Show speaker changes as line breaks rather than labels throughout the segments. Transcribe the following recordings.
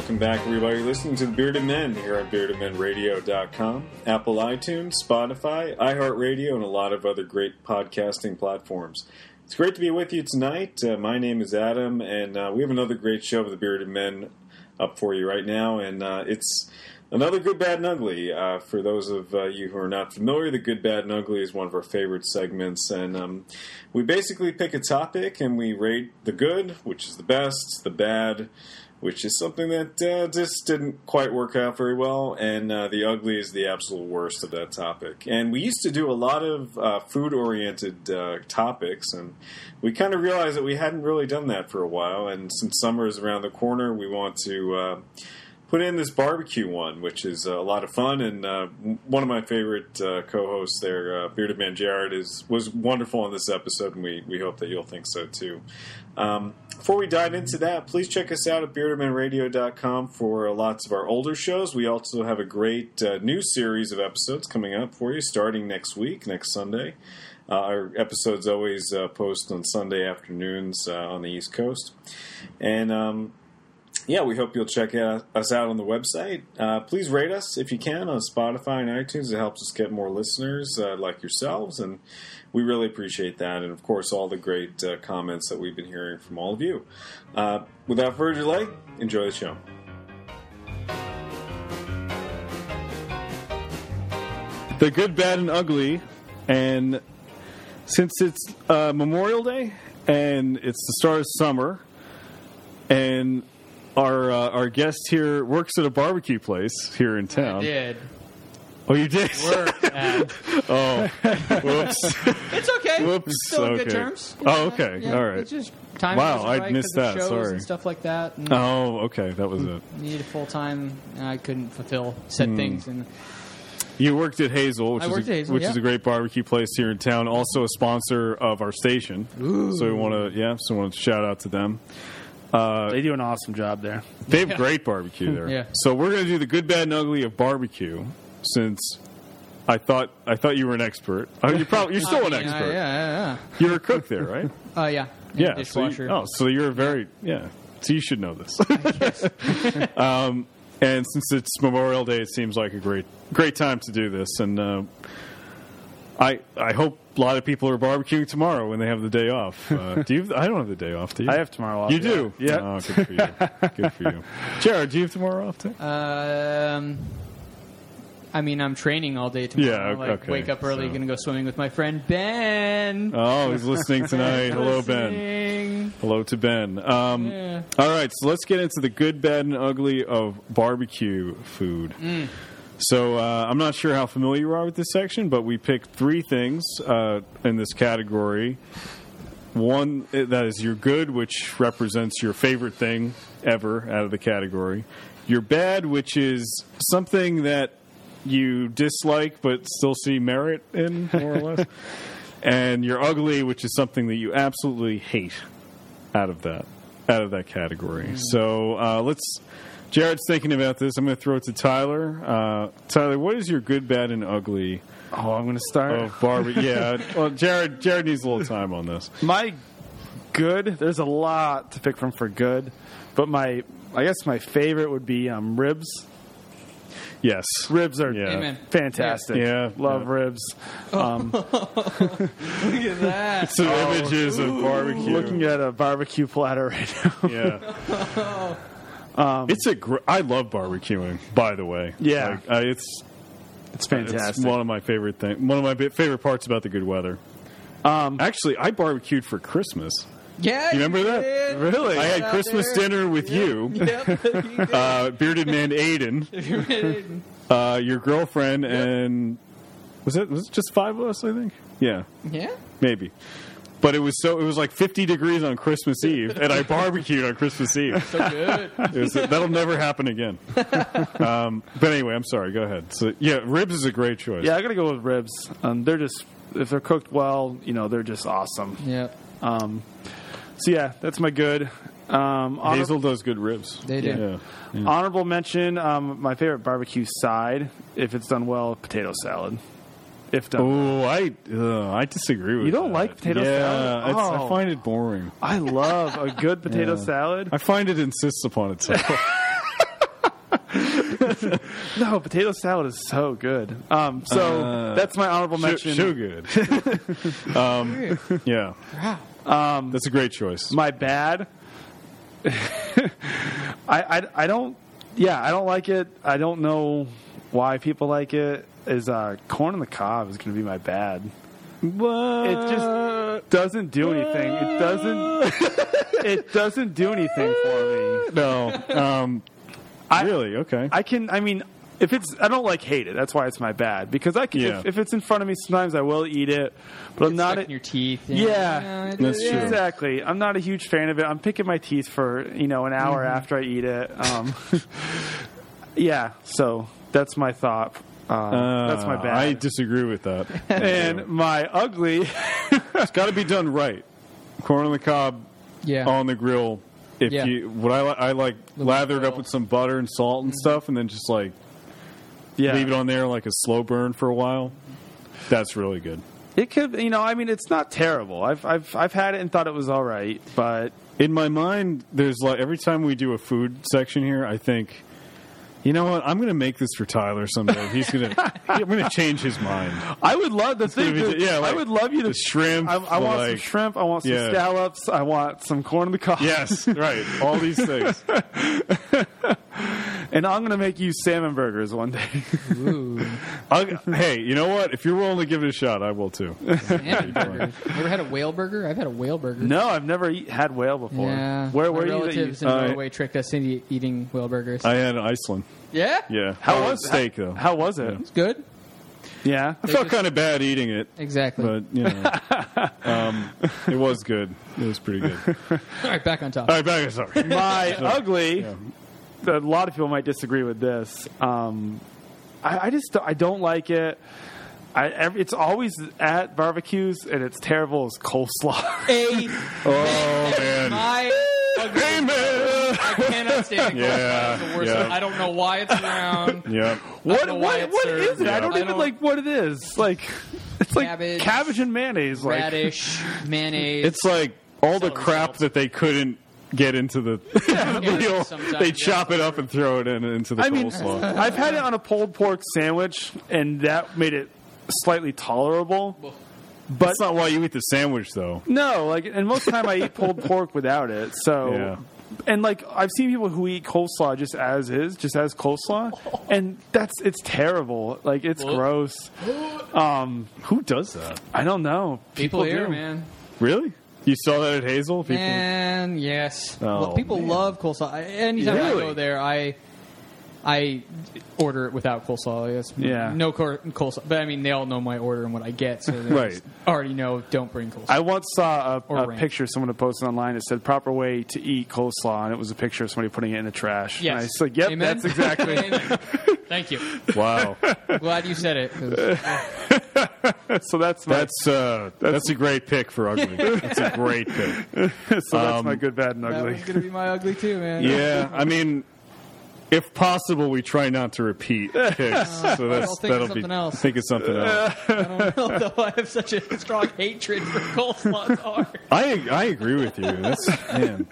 everybody listening to the Bearded Men here on beardedmenradio.com, Apple iTunes, Spotify, iHeartRadio, and a lot of other great podcasting platforms. It's great to be with you tonight. Uh, my name is Adam, and uh, we have another great show of the Bearded Men up for you right now, and uh, it's another Good, Bad, and Ugly. Uh, for those of uh, you who are not familiar, the Good, Bad, and Ugly is one of our favorite segments, and um, we basically pick a topic and we rate the good, which is the best, the bad, which is something that uh, just didn't quite work out very well, and uh, the ugly is the absolute worst of that topic. And we used to do a lot of uh, food oriented uh, topics, and we kind of realized that we hadn't really done that for a while, and since summer is around the corner, we want to. Uh, Put in this barbecue one, which is uh, a lot of fun, and uh, m- one of my favorite uh, co-hosts there, uh, Bearded Man Jared, is was wonderful on this episode, and we, we hope that you'll think so too. Um, before we dive into that, please check us out at beardedmanradio.com for lots of our older shows. We also have a great uh, new series of episodes coming up for you starting next week, next Sunday. Uh, our episodes always uh, post on Sunday afternoons uh, on the East Coast. And um, yeah, we hope you'll check uh, us out on the website. Uh, please rate us if you can on Spotify and iTunes. It helps us get more listeners uh, like yourselves, and we really appreciate that. And of course, all the great uh, comments that we've been hearing from all of you. Uh, without further delay, enjoy the show. The good, bad, and ugly, and since it's uh, Memorial Day and it's the start of summer, and our uh, our guest here works at a barbecue place here in town.
did
Oh, you did?
work at.
Oh, whoops.
It's okay.
Whoops,
Still on
okay.
good terms.
Oh, okay. All right.
It's just time.
Wow,
wasn't
I'd
right
missed
'cause of
that.
Shows
Sorry.
and stuff like that. And
oh, okay. That was it.
Needed full time, and I couldn't fulfill said
Hmm.
things. And
You worked at Hazel, which,
I
is
worked
a,
at Hazel,
which
yeah.
is a great barbecue place here in town. Also a sponsor of our station. So we want to, yeah. So we want to shout out to them. Uh,
They do an awesome job there.
They have great barbecue there.
Yeah.
So we're going to do the good, bad, and ugly of barbecue, since I thought I thought you were an expert. I mean, you're probably you're still an
I mean, I-
expert.
yeah,
You're a cook there, right?
yeah, yeah. Uh, yeah.
yeah. So
Dishwasher.
you, oh, so you're a very yeah. So you should know this. um, and since it's Memorial Day, it seems like a great great time to do this. And uh, I I hope a lot of people are barbecuing tomorrow when they have the day off. Uh, do you? I don't have the day off. Do you?
I have tomorrow off.
You
yeah.
do?
Yeah.
Oh, good for you. Good for you. Jared, do you have tomorrow off? Too?
Um, I mean, I'm training all day tomorrow.
Yeah,
like,
okay,
Wake up early,
so-
gonna go swimming with my friend Ben.
Oh, he's listening tonight. Hello, Ben.
Listening.
Hello to Ben. Um,
Yeah.
All right, so let's get into the good, bad, and ugly of barbecue food. So uh, I'm not sure how familiar you are with this section, but we picked three things uh, in this category. One eh, that is your good, which represents your favorite thing ever out of the category. Your bad, which is something that you dislike but still see merit in, more or less. And your ugly, which is something that you absolutely hate out of that out of that category. So uh, let's. Jared's thinking about this. I'm going to throw it to Tyler. Uh, Tyler, what is your good, bad, and ugly
Oh, I'm going to start.
of barbecue? yeah. Well, Jared. Jared needs a little time on this.
My good, there's a lot to pick from for good, but my, I guess my favorite would be um, ribs.
Yes.
Ribs are
Yeah.
Amen.
fantastic.
Yeah.
Love
Yeah.
ribs.
Look at that.
So images of barbecue.
Looking at a barbecue platter right now.
yeah. Um, it's a. Gr- I love barbecuing. By the way.
Yeah.
Like, I, it's
It's
It's
fantastic.
one of my favorite things. One of my bi- favorite parts about the good weather. Um, Actually, I barbecued for Christmas.
Yeah.
You remember that?
did.
I had
out
Christmas
there.
dinner with you,
Yep. you did.
uh, bearded man Aiden,
You did.
uh, your girlfriend, and was it was it just five of us? I think. Yeah,
yeah.
maybe. But it was so it was like 50 degrees on Christmas Eve, and I barbecued on Christmas Eve.
So good.
It was- that'll never happen again. Um, but anyway, I'm sorry. Go ahead. So yeah, ribs is a great choice.
yeah, I got to go with ribs. Um, they're just, if they're cooked well, you know, they're just awesome.
yeah.
So yeah, that's my good. Um, honor-
Hazel does good ribs.
They do.
Yeah.
Honorable mention, um, my favorite barbecue side, if it's done well, potato salad. If done,
Oh, I uh, I disagree with
You don't
that.
like potato
yeah,
salad?
it's- I
Oh.
find it boring.
I love a good potato
Yeah.
salad.
I find it insists upon itself.
no, potato salad is so good. Um, so
Uh,
that's my honorable
So,
mention.
so good. um, yeah, Um,
Wow.
that's a great choice.
My bad. I, I I don't. Yeah, I don't like it. I don't know why people like it. Is uh, corn on the cob is going to be my bad.
What?
It just doesn't do anything. It doesn't. it doesn't do anything for me.
no. Um,
I-
really? Okay.
I can. I mean, if it's, I don't like hate it. That's why it's my bad. Because I can.
Yeah.
If, if it's in front of me, sometimes I will eat it. But I'm not.
Stuck in your teeth.
Yeah.
it
That's
is-
true.
Exactly. I'm not a huge fan of it. I'm picking my teeth for you know an hour after I eat it. Um, yeah. So that's my thought. Um,
Uh,
that's my bad.
I disagree with that.
and my ugly.
it's got to be done right. Corn on the cob
Yeah.
on the grill. If
Yeah.
you what I, li- I like
Little
lathered up
oil.
with some butter and salt and stuff, and then just like
Mm-hmm. yeah.
leave it on there like a slow burn for a while. That's really good.
It could. You know. I mean, it's not terrible. I've I've I've had it and thought it was all right, but
In my mind, there's like every time we do a food section here, I think, you know what? I'm going to make this for Tyler someday. He's going to I'm going to change his mind.
I would love the thing.
gonna be-
Dude,
yeah,
I
like
would love you to
the shrimp,
I, I want some
like-
shrimp. I want some
Yeah.
scallops. I want some corn on the cob.
Yes, right. All these things.
and I'm gonna make you salmon burgers one day.
Ooh.
I'll, hey, you know what? If you're willing to give it a shot, I will too.
Salmon burger. You ever had a whale burger? I've had a whale burger.
no, I've never eat, had whale before.
Yeah.
Where
My
were you? that you-
relatives in
Uh,
Norway tricked us into eating whale burgers.
I had Iceland.
yeah?
Yeah.
How
Oh,
was it?
steak though?
How was it?
It's good.
Yeah.
I felt
just-
kind of bad eating it,
Exactly.
but you know, um, it was good. It was pretty good. All
All right, back on top.
right, back. Sorry.
My ugly. A lot of people might disagree with this. Um, I, I just I don't like it. I, every, it's always at barbecues and it's terrible as coleslaw.
A,
Oh man.
I
Amen.
I cannot stand it.
Yeah,
It's the worst.
yeah.
one. I don't know why it's around.
Yeah.
What
know
what
why it's
what
served.
is it? I
Yeah.
don't
I
even
don't-
like what it is. Like it's like
Cabbage.
cabbage, and mayonnaise. Like
Radish, mayonnaise.
It's like all the
Selling
crap
salt.
that they couldn't get into the, into the
Yeah,
meal.
sometimes,
They
yeah.
chop it up and throw it in into the
I mean, uh,
coleslaw.
I've had it on a pulled pork sandwich, and that made it slightly tolerable. But
That's not why you eat the sandwich, though.
no, like, and most of the time I eat pulled pork without it. So,
Yeah.
and like I've seen people who eat coleslaw just as is, just as coleslaw, and that's it's terrible. Like it's
Well-
gross.
Who does that?
I don't know.
people, here,
do.
man.
Really? You saw that at Hazel? People.
Man, yes.
Oh,
well, people
man.
love coleslaw. I- Anytime I
Really?
go there, I I order it without coleslaw. I guess.
Yeah.
No cor- coleslaw, but I mean, they all know my order and what I get, so they
Right. Ah,
just already know. Don't bring coleslaw.
I once saw a,
Or
a
ranch.
picture someone had posted online that said proper way to eat coleslaw, and it was a picture of somebody putting it in the trash. And I
yes.
was like, yep,
Amen?
that's exactly.
Amen. Thank you.
Wow.
Glad you said it. 'cause-
so that's my,
That's, uh, that's a great pick for Ugly. That's a great pick.
so that's
um,
my good, bad, and
That
ugly.
was gonna be my ugly too, man.
Yeah, I mean, if possible, we try not to repeat picks. So that's,
I'll think
that'll
of
be
something else.
think of something else.
Although I have such a strong hatred for coleslaw, it's hard.
I I agree with you. That's man,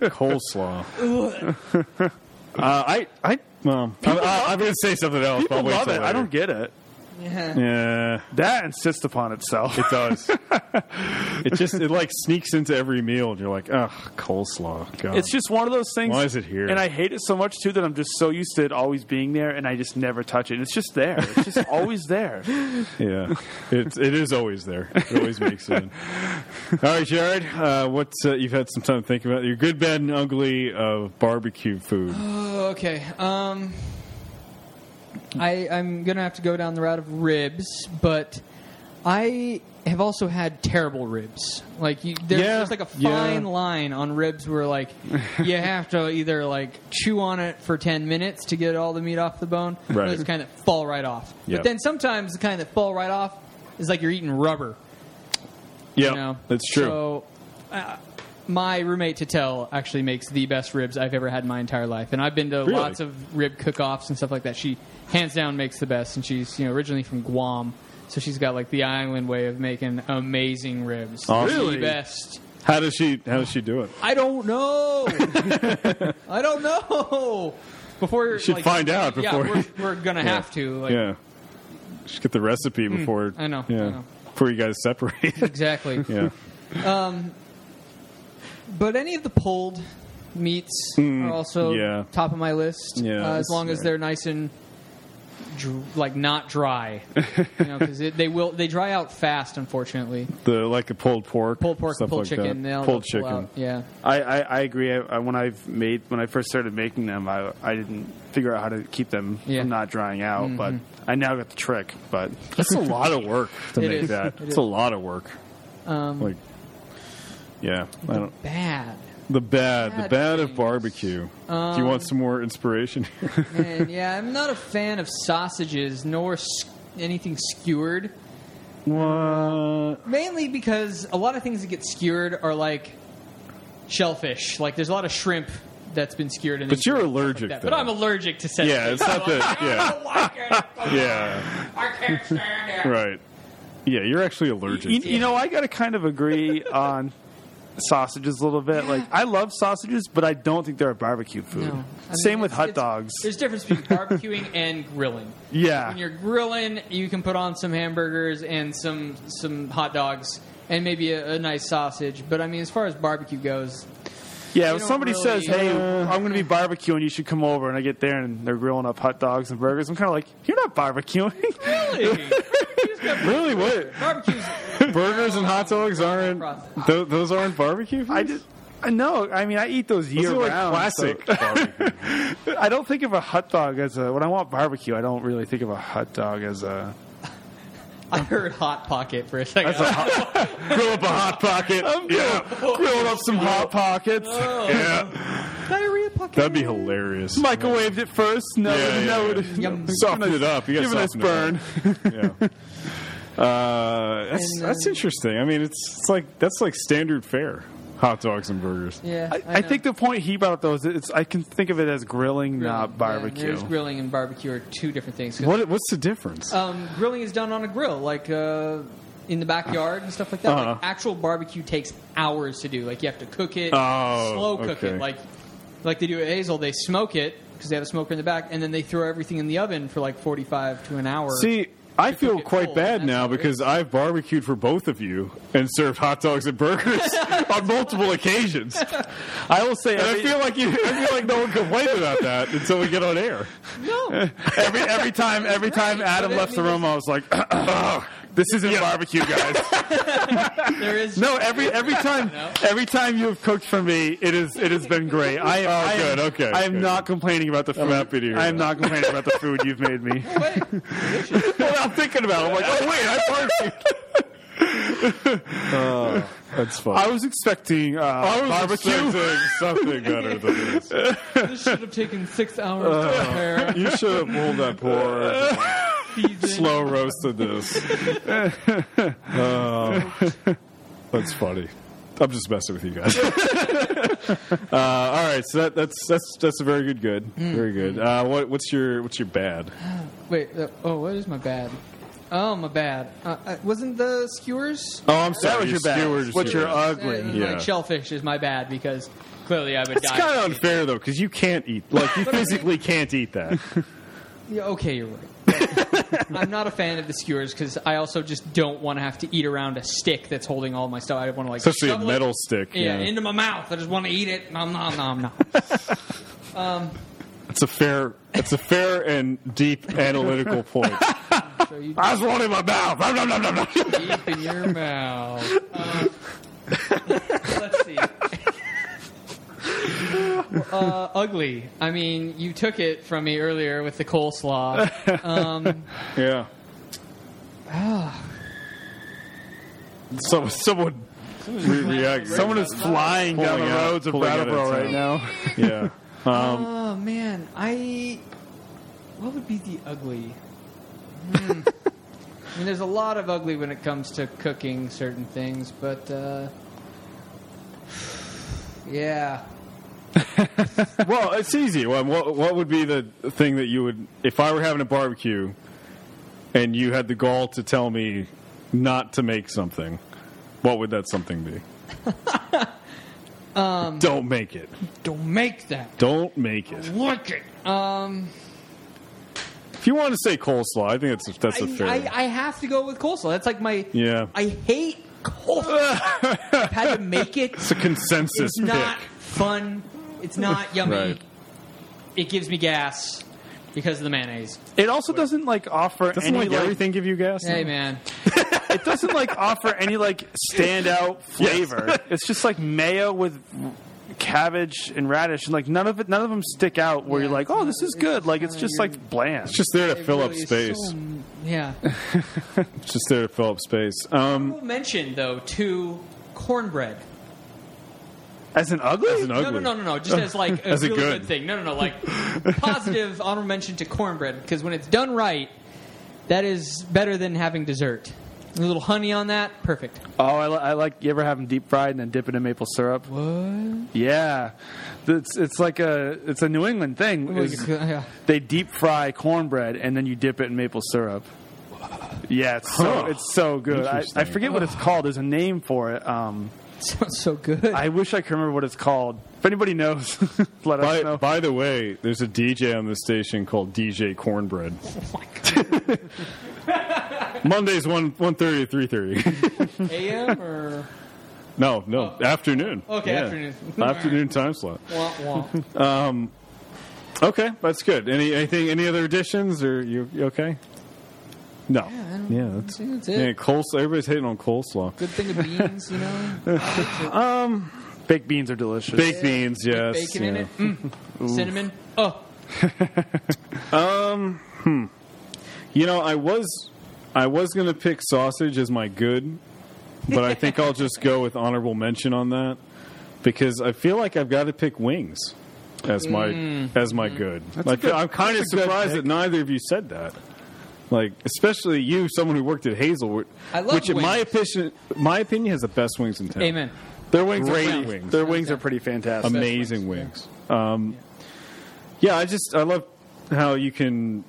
coleslaw. uh, I I well, I, I, I'm going to say something else.
People
but I'll wait
love it.
till
I
later.
don't get it.
Yeah.
Yeah,
That insists upon itself.
it does. it just it like sneaks into every meal, and you're like, ugh, coleslaw. God.
It's just one of those things.
Why is it here?
And I hate it so much too that I'm just so used to it always being there, and I just never touch it. It's just there. It's just always there.
yeah, it's it is always there. It always makes it. In. All right, Jared, uh, what's uh, you've had some time to think about your good, bad, and ugly of barbecue food.
Oh, okay. Um, I I'm gonna have to go down the route of ribs, but I have also had terrible ribs. Like you, there's,
Yeah,
there's like a
yeah.
fine line on ribs where like you have to either like chew on it for ten minutes to get all the meat off the bone, or
Right.
there's kind that fall right off.
Yep.
But then sometimes the kind that fall right off is like you're eating rubber.
yeah,
You know?
that's true.
So, uh, my roommate Tatel actually makes the best ribs I've ever had in my entire life, and I've been to
Really?
lots of rib cook-offs and stuff like that. She hands down makes the best, and she's you know originally from Guam, so she's got like the island way of making amazing ribs.
Awesome.
The
Really?
best.
how does she how does she do it?
I don't know. I don't know. before you
should find out before-
Yeah, we're, we're gonna have to. Like, Hmm,
yeah. Just get the recipe before.
I know, I
Yeah.
know.
Before you guys separate.
Exactly.
yeah.
But any of the pulled meats are also
Hmm, yeah.
top of my list.
Yeah,
uh, as
that's
long as
right.
they're nice and dr- like not dry, you know, because they will they dry out fast. Unfortunately,
The like the pulled pork,
pulled pork,
stuff
pulled
like
chicken,
that.
they'll they'll
pulled
pull
chicken.
out. Yeah,
I, I, I agree. I, I, when I've made when I first started making them, I I didn't figure out how to keep them
Yeah. Mm-hmm.
from not drying out. But I now got the trick. But
That's a lot of work to
It
make
is.
that.
It
it's
is.
a lot of work.
Um,
like, yeah, I don't.
bad.
The bad, the
Bad
bad of
things. Um,
barbecue. Do you want some more inspiration?
And yeah, I'm not a fan of sausages nor s- anything skewered.
what?
Mainly because a lot of things that get skewered are like shellfish. Like there's a lot of shrimp that's been skewered. And
But you're
stuff like
allergic,
that.
though.
But I'm allergic to sesame.
Yeah, it's not that. Yeah, yeah,
I can't stand it.
right. Yeah, you're actually allergic.
you,
to
you know, I got to kind of agree on sausages a little bit. Like I love sausages, but I don't think they're a barbecue food.
No. I mean,
Same with
it's-
hot
it's-
dogs.
There's difference between barbecuing and grilling.
Yeah,
When you're grilling, you can put on some hamburgers and some some hot dogs and maybe a, a nice sausage. But I mean, as far as barbecue goes,
yeah.
you
If
don't
somebody
really-
says, "Hey, I'm going to be barbecuing, you should come over," and I get there and they're grilling up hot dogs and burgers, I'm kind of like, "You're not barbecuing."
really,
it. really what?
barbecue's
Burgers and hot dogs aren't.
Process.
Th- those aren't barbecue. Foods?
I just. I know. I mean, I eat those year
Those are like
round. so-
classic. barbecue.
I don't think of a hot dog as a. When I want barbecue, I don't really think of a hot dog as a.
I heard hot pocket for a second.
Grill up a hot pocket. yeah, grill up some hot pockets. Yeah,
diarrhea pocket.
that'd be hilarious.
Microwaved it first. No,
Yeah, yeah,
no.
yeah.
Yum.
Soften it up. You got
Give it a burn.
yeah. Uh, that's
And, uh,
that's interesting. I mean, it's, it's like that's like standard fare: hot dogs and burgers.
Yeah,
I, I,
know.
think the point he brought up though is it's. I can think of it as grilling,
Grilling,
not
Yeah,
barbecue.
there's grilling and barbecue are two different things. 'Cause,
What what's the difference?
Uh,
Um, grilling is done on a grill, like uh, in the backyard and stuff like that.
Uh-huh.
Like actual barbecue takes hours to do. Like you have to cook it,
Oh,
slow cook
okay.
it, like like they do at Hazel. They smoke it because they have a smoker in the back, and then they throw everything in the oven for like 45 to an hour.
See, I
cook
feel
it
quite
cold,
bad
and that's
now
not good.
because I've barbecued for both of you and served hot dogs and burgers on multiple occasions, and
I will say
I
every,
feel like you, I feel like no one complained about that until we get on air.
no,
every every time every time
Right,
Adam
but I
left the
mean,
room, I was like, "This isn't barbecue, guys."
there is
No, every every time
No.
every time you have cooked for me, it is it has been great. I am,
Oh,
I am-
good, okay,
I am
good.
not complaining about the food.
happy to hear
I am
that.
not complaining about the food you've made me.
Wait, delicious.
Well, I'm thinking about. It. I'm like, oh wait, I barbecued. that's fun.
I was expecting uh,
I Oh, was
barbecue.
expecting something better than this.
this should have taken six hours to
Uh.
prepare.
You should have pulled that pork,
Season.
slow roasted this. Oh, that's funny. I'm just messing with you guys. uh, all right, so that, that's that's that's a very good, good, very good.
Mm.
Uh, what, what's your what's your bad?
Wait, uh, oh, what is my bad? Oh, my bad. Uh, uh, wasn't the skewers?
Oh, I'm
That
sorry.
was your bad.
skewers,
What's your
bad.
ugly?
Uh,
Yeah.
Like shellfish is my bad because clearly I would
It's
die.
kind of unfair though, because you can't eat. Like you physically can't eat that.
Yeah, okay, you're right. I'm not a fan of the skewers because I also just don't want to have to eat around a stick that's holding all my stuff. I want to like
Especially a
shovel it-
metal stick.
Yeah,
Yeah,
into my mouth. I just want to eat it. Nom nom nom nom.
it's a fair, it's a fair and deep analytical point.
So you
I just want it in my mouth. Nom, nom, nom, nom, nom.
deep in your mouth. Uh, let's see. Uh, ugly. I mean, you took it from me earlier with the coleslaw. Um,
Yeah. so, someone, re- react.
Someone is flying down
Pulling
the
out-
roads of
pulling out of
Brattleboro
town.
right now.
yeah. Um,
oh man, I. What would be the ugly? Hmm. I mean, there's a lot of ugly when it comes to cooking certain things, but uh, yeah,
Well, it's easy. Well, What, what would be the thing that you would, if I were having a barbecue, and you had the gall to tell me not to make something, what would that something be?
Um,
Don't make it.
Don't make that.
Don't make it.
Look it. Um,
If you want to say coleslaw, I think that's that's a
I,
fair.
I, I have to go with coleslaw. That's like my.
Yeah.
I hate coleslaw. I've had to make it.
it's a consensus
It's not
pick.
fun. It's not yummy.
Right.
It gives me gas because of the mayonnaise.
It also doesn't like offer
Doesn't
any
like, everything give you gas?
Hey man,
it doesn't like offer any like standout flavor. It's just like mayo with cabbage and radish, and like none of it, none of them stick out. Where
Yeah,
you're like,
it's
oh,
not-
this
it's
is good. Like it's
kinda
just
weird.
like bland.
It's just there to
It
fill
really
up
is
space.
so- yeah.
It's just there to fill up space. Um,
Honorable mention though to cornbread.
as an ugly.
as an ugly.
No, no, no, no, no. Just as like a
As a
really
good.
good. thing. No, no, no. Like positive honorable mention to cornbread because when it's done right, that is better than having dessert. A little honey on that, perfect.
oh, I, li- I like. You ever have them deep fried and then dip it in maple syrup?
What?
Yeah, it's it's like a it's a New England thing. is they deep fry cornbread and then you dip it in maple syrup. Yeah, it's so
Huh.
it's so good. I, I
Interesting.
forget what it's called. There's a name for it. Um,
Sounds so good.
I wish I could remember what it's called. If anybody knows, let
By,
us know.
by the way, there's a DJ on the station called DJ Cornbread.
Oh
Mondays one one thirty to three thirty.
AM or
No, no, afternoon.
Oh. Okay, afternoon.
afternoon time slot.
wah, wah.
Okay, that's good. Any anything? Any other additions? Or you, you okay? No.
I don't-
Yeah, that's,
I don't see
yeah.
it.
Coleslaw. Everybody's hating on coleslaw.
Good thing of beans, you know.
Baked beans are delicious.
Baked beans, yes.
Bacon
yeah.
in it. Mm. Cinnamon. Oh,
You know, I was I was going to pick sausage as my good, but I think I'll just go with honorable mention on that because I feel like I've got to pick wings as my
Mm.
as my good. Like,
good-
I'm kind of
that's a good
surprised
pick.
that neither of you said that. Like, especially you, someone who worked at Hazelwood,
I love
which in my
wings.
opinion, my opinion has the best wings in town.
amen.
Their wings
Great
are great
wings.
wings.
Their wings are pretty fantastic.
amazing wings. Um, yeah, I just I love how you can.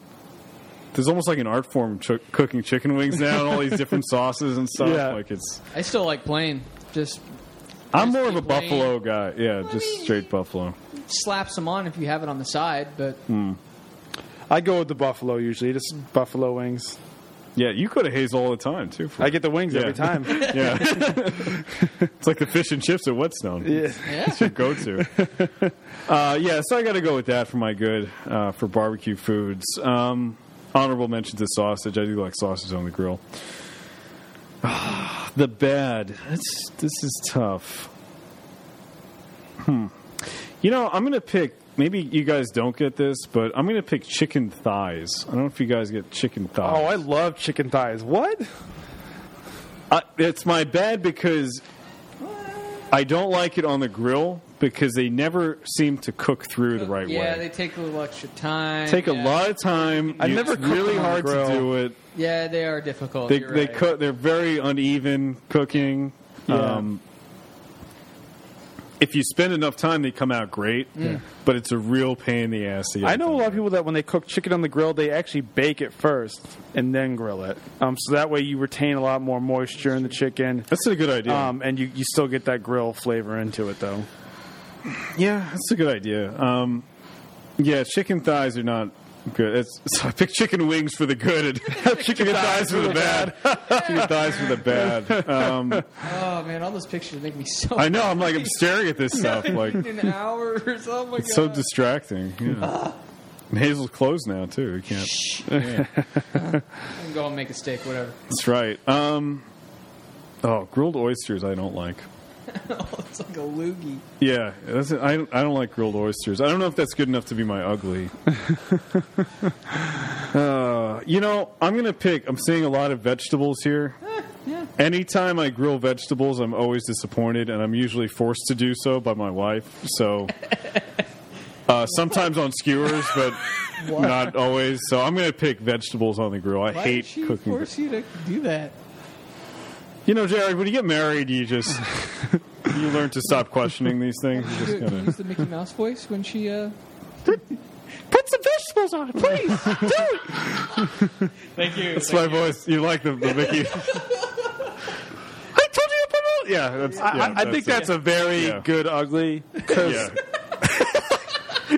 There's almost like an art form ch- cooking chicken wings now, and all these different sauces and stuff.
Yeah.
Like it's,
I still like plain. Just
I'm more of a
Crispy
buffalo
plain.
guy. Yeah, just straight buffalo.
slap some on if you have it on the side, but
Hmm.
I go with the buffalo usually. Just buffalo wings.
Yeah, you go to Hazel all the time too. For,
I get the wings
Yeah.
every time.
yeah, it's like the fish and chips at Whetstone.
Yeah.
yeah.
go to. uh, yeah, so I got to go with that for my good uh, for barbecue foods. Um, honorable mention to sausage. I do like sausage on the grill. Ah, the bad. That's, this is tough. Hmm. You know, I'm going to pick. Maybe you guys don't get this, but I'm going to pick chicken thighs. I don't know if you guys get chicken thighs.
Oh, I love chicken thighs. What?
I, it's my bad because I don't like it on the grill because they never seem to cook through the right
yeah,
way.
they take a little extra time.
They take
yeah.
a lot of time.
I've
You-
never
it's
cooked
really
them on
hard
the
to
grill.
do it.
Yeah, they are difficult.
They
you're
they
right.
cook. They're very uneven cooking.
Yeah.
Um, if you spend enough time, they come out great.
Mm.
But it's a real pain in the ass. to get
I know a
them.
lot of people that when they cook chicken on the grill, they actually bake it first and then grill it. Um, so that way you retain a lot more moisture in the chicken.
That's a good idea.
Um, and you, you still get that grill flavor into it though.
Yeah, that's a good idea. Um, yeah, chicken thighs are not good. It's, so I picked chicken wings for the good and chicken thighs for the bad. chicken thighs for the bad. Um,
Oh man, all those pictures make me so.
I know. I'm like I'm staring at this stuff. Like
an hour or something.
it's so distracting. Yeah. And Hazel's closed now too. You can't.
I can go and make a steak, whatever.
That's right. Um, oh, grilled oysters. I don't like.
it's like a loogie.
Yeah, that's, I, I don't like grilled oysters. I don't know if that's good enough to be my ugly. uh, you know, I'm going to pick, I'm seeing a lot of vegetables here.
yeah.
Anytime I grill vegetables, I'm always disappointed, and I'm usually forced to do so by my wife. So uh, sometimes on skewers, but not always. So I'm going to pick vegetables on the grill. I
Why
hate
did she
cooking.
force you to do that?
You know, Jared, when you get married, you just. You learn to stop questioning these things. You just
Do,
gotta-
use the Mickey Mouse voice when she. Uh...
Put some vegetables on it, please.
Thank you.
That's my voice. You like the, the Mickey. I told you to put Well, yeah, that's,
I,
yeah,
I think that's a very
Yeah.
good ugly because
yeah.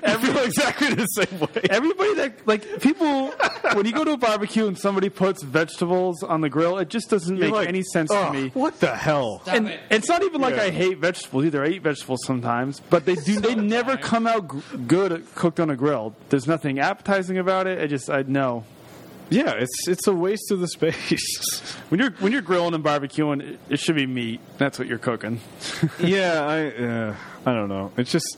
I feel exactly the same way.
everybody that like people when you go to a barbecue and somebody puts vegetables on the grill, it just doesn't make
like,
any sense
"Ugh,
to me.
What the hell?
Stop
And
it.
it's not even like
Yeah.
I hate vegetables either. I eat vegetables sometimes, but they do they never come out g- good cooked on a grill. There's nothing appetizing about it. I just I know.
Yeah, it's it's a waste of the space.
When you're when you're grilling and barbecuing, it, it should be meat. That's what you're cooking.
yeah, I uh, I don't know. It's just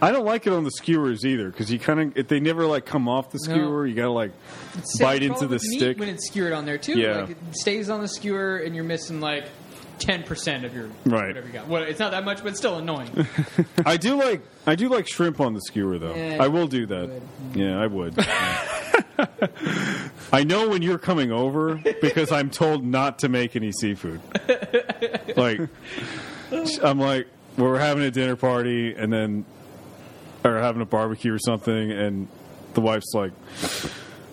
I don't like it on the skewers either because you kind of they never like come off the
No.
skewer. You gotta like
Same
bite into
problem
the
with meat
stick.
when it's skewered on there too.
Yeah.
Like it stays on the skewer, and you're missing like ten percent of your
Right.
Whatever you got. Well, it's not that much, but it's still annoying.
I do like I do like shrimp on the skewer though.
Yeah,
I will do that. Yeah, I would. I know when you're coming over because I'm told not to make any seafood. Like I'm like we're having a dinner party and then or having a barbecue or something and the wife's like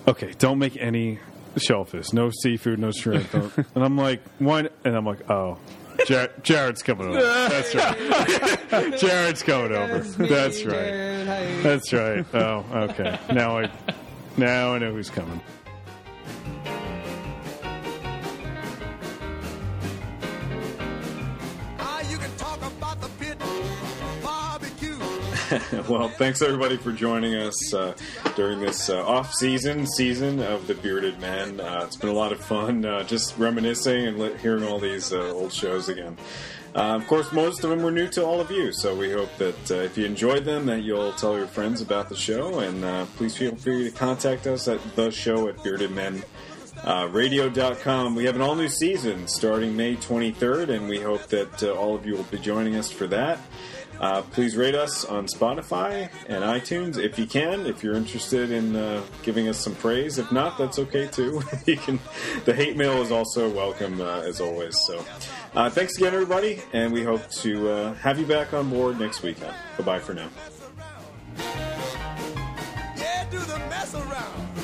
okay, don't make any shellfish, no seafood, no shrimp. don't- and I'm like, why? n-" And I'm like, oh, Jar- Jared's coming over. That's right. Jared's coming over. That's right. That's right. Oh, okay. Now I, now I know who's coming.
Ah, you can talk about the pit barbecue.
well, thanks everybody for joining us uh, during this uh, off-season season of the Bearded Man. Uh, it's been a lot of fun, uh, just reminiscing and li- hearing all these uh, old shows again. Uh, of course, most of them were new to all of you, so we hope that uh, if you enjoyed them, that you'll tell your friends about the show. And uh, please feel free to contact us at the show at Bearded Men uh, radio.com. We have an all new season starting May 23rd, and we hope that uh, all of you will be joining us for that. Uh, please rate us on Spotify and iTunes if you can, if you're interested in uh, giving us some praise. If not, that's okay too. you can. The hate mail is also welcome uh, as always. So, uh, thanks again, everybody, and we hope to uh, have you back on board next weekend. Bye bye for now.
Yeah, do the mess around.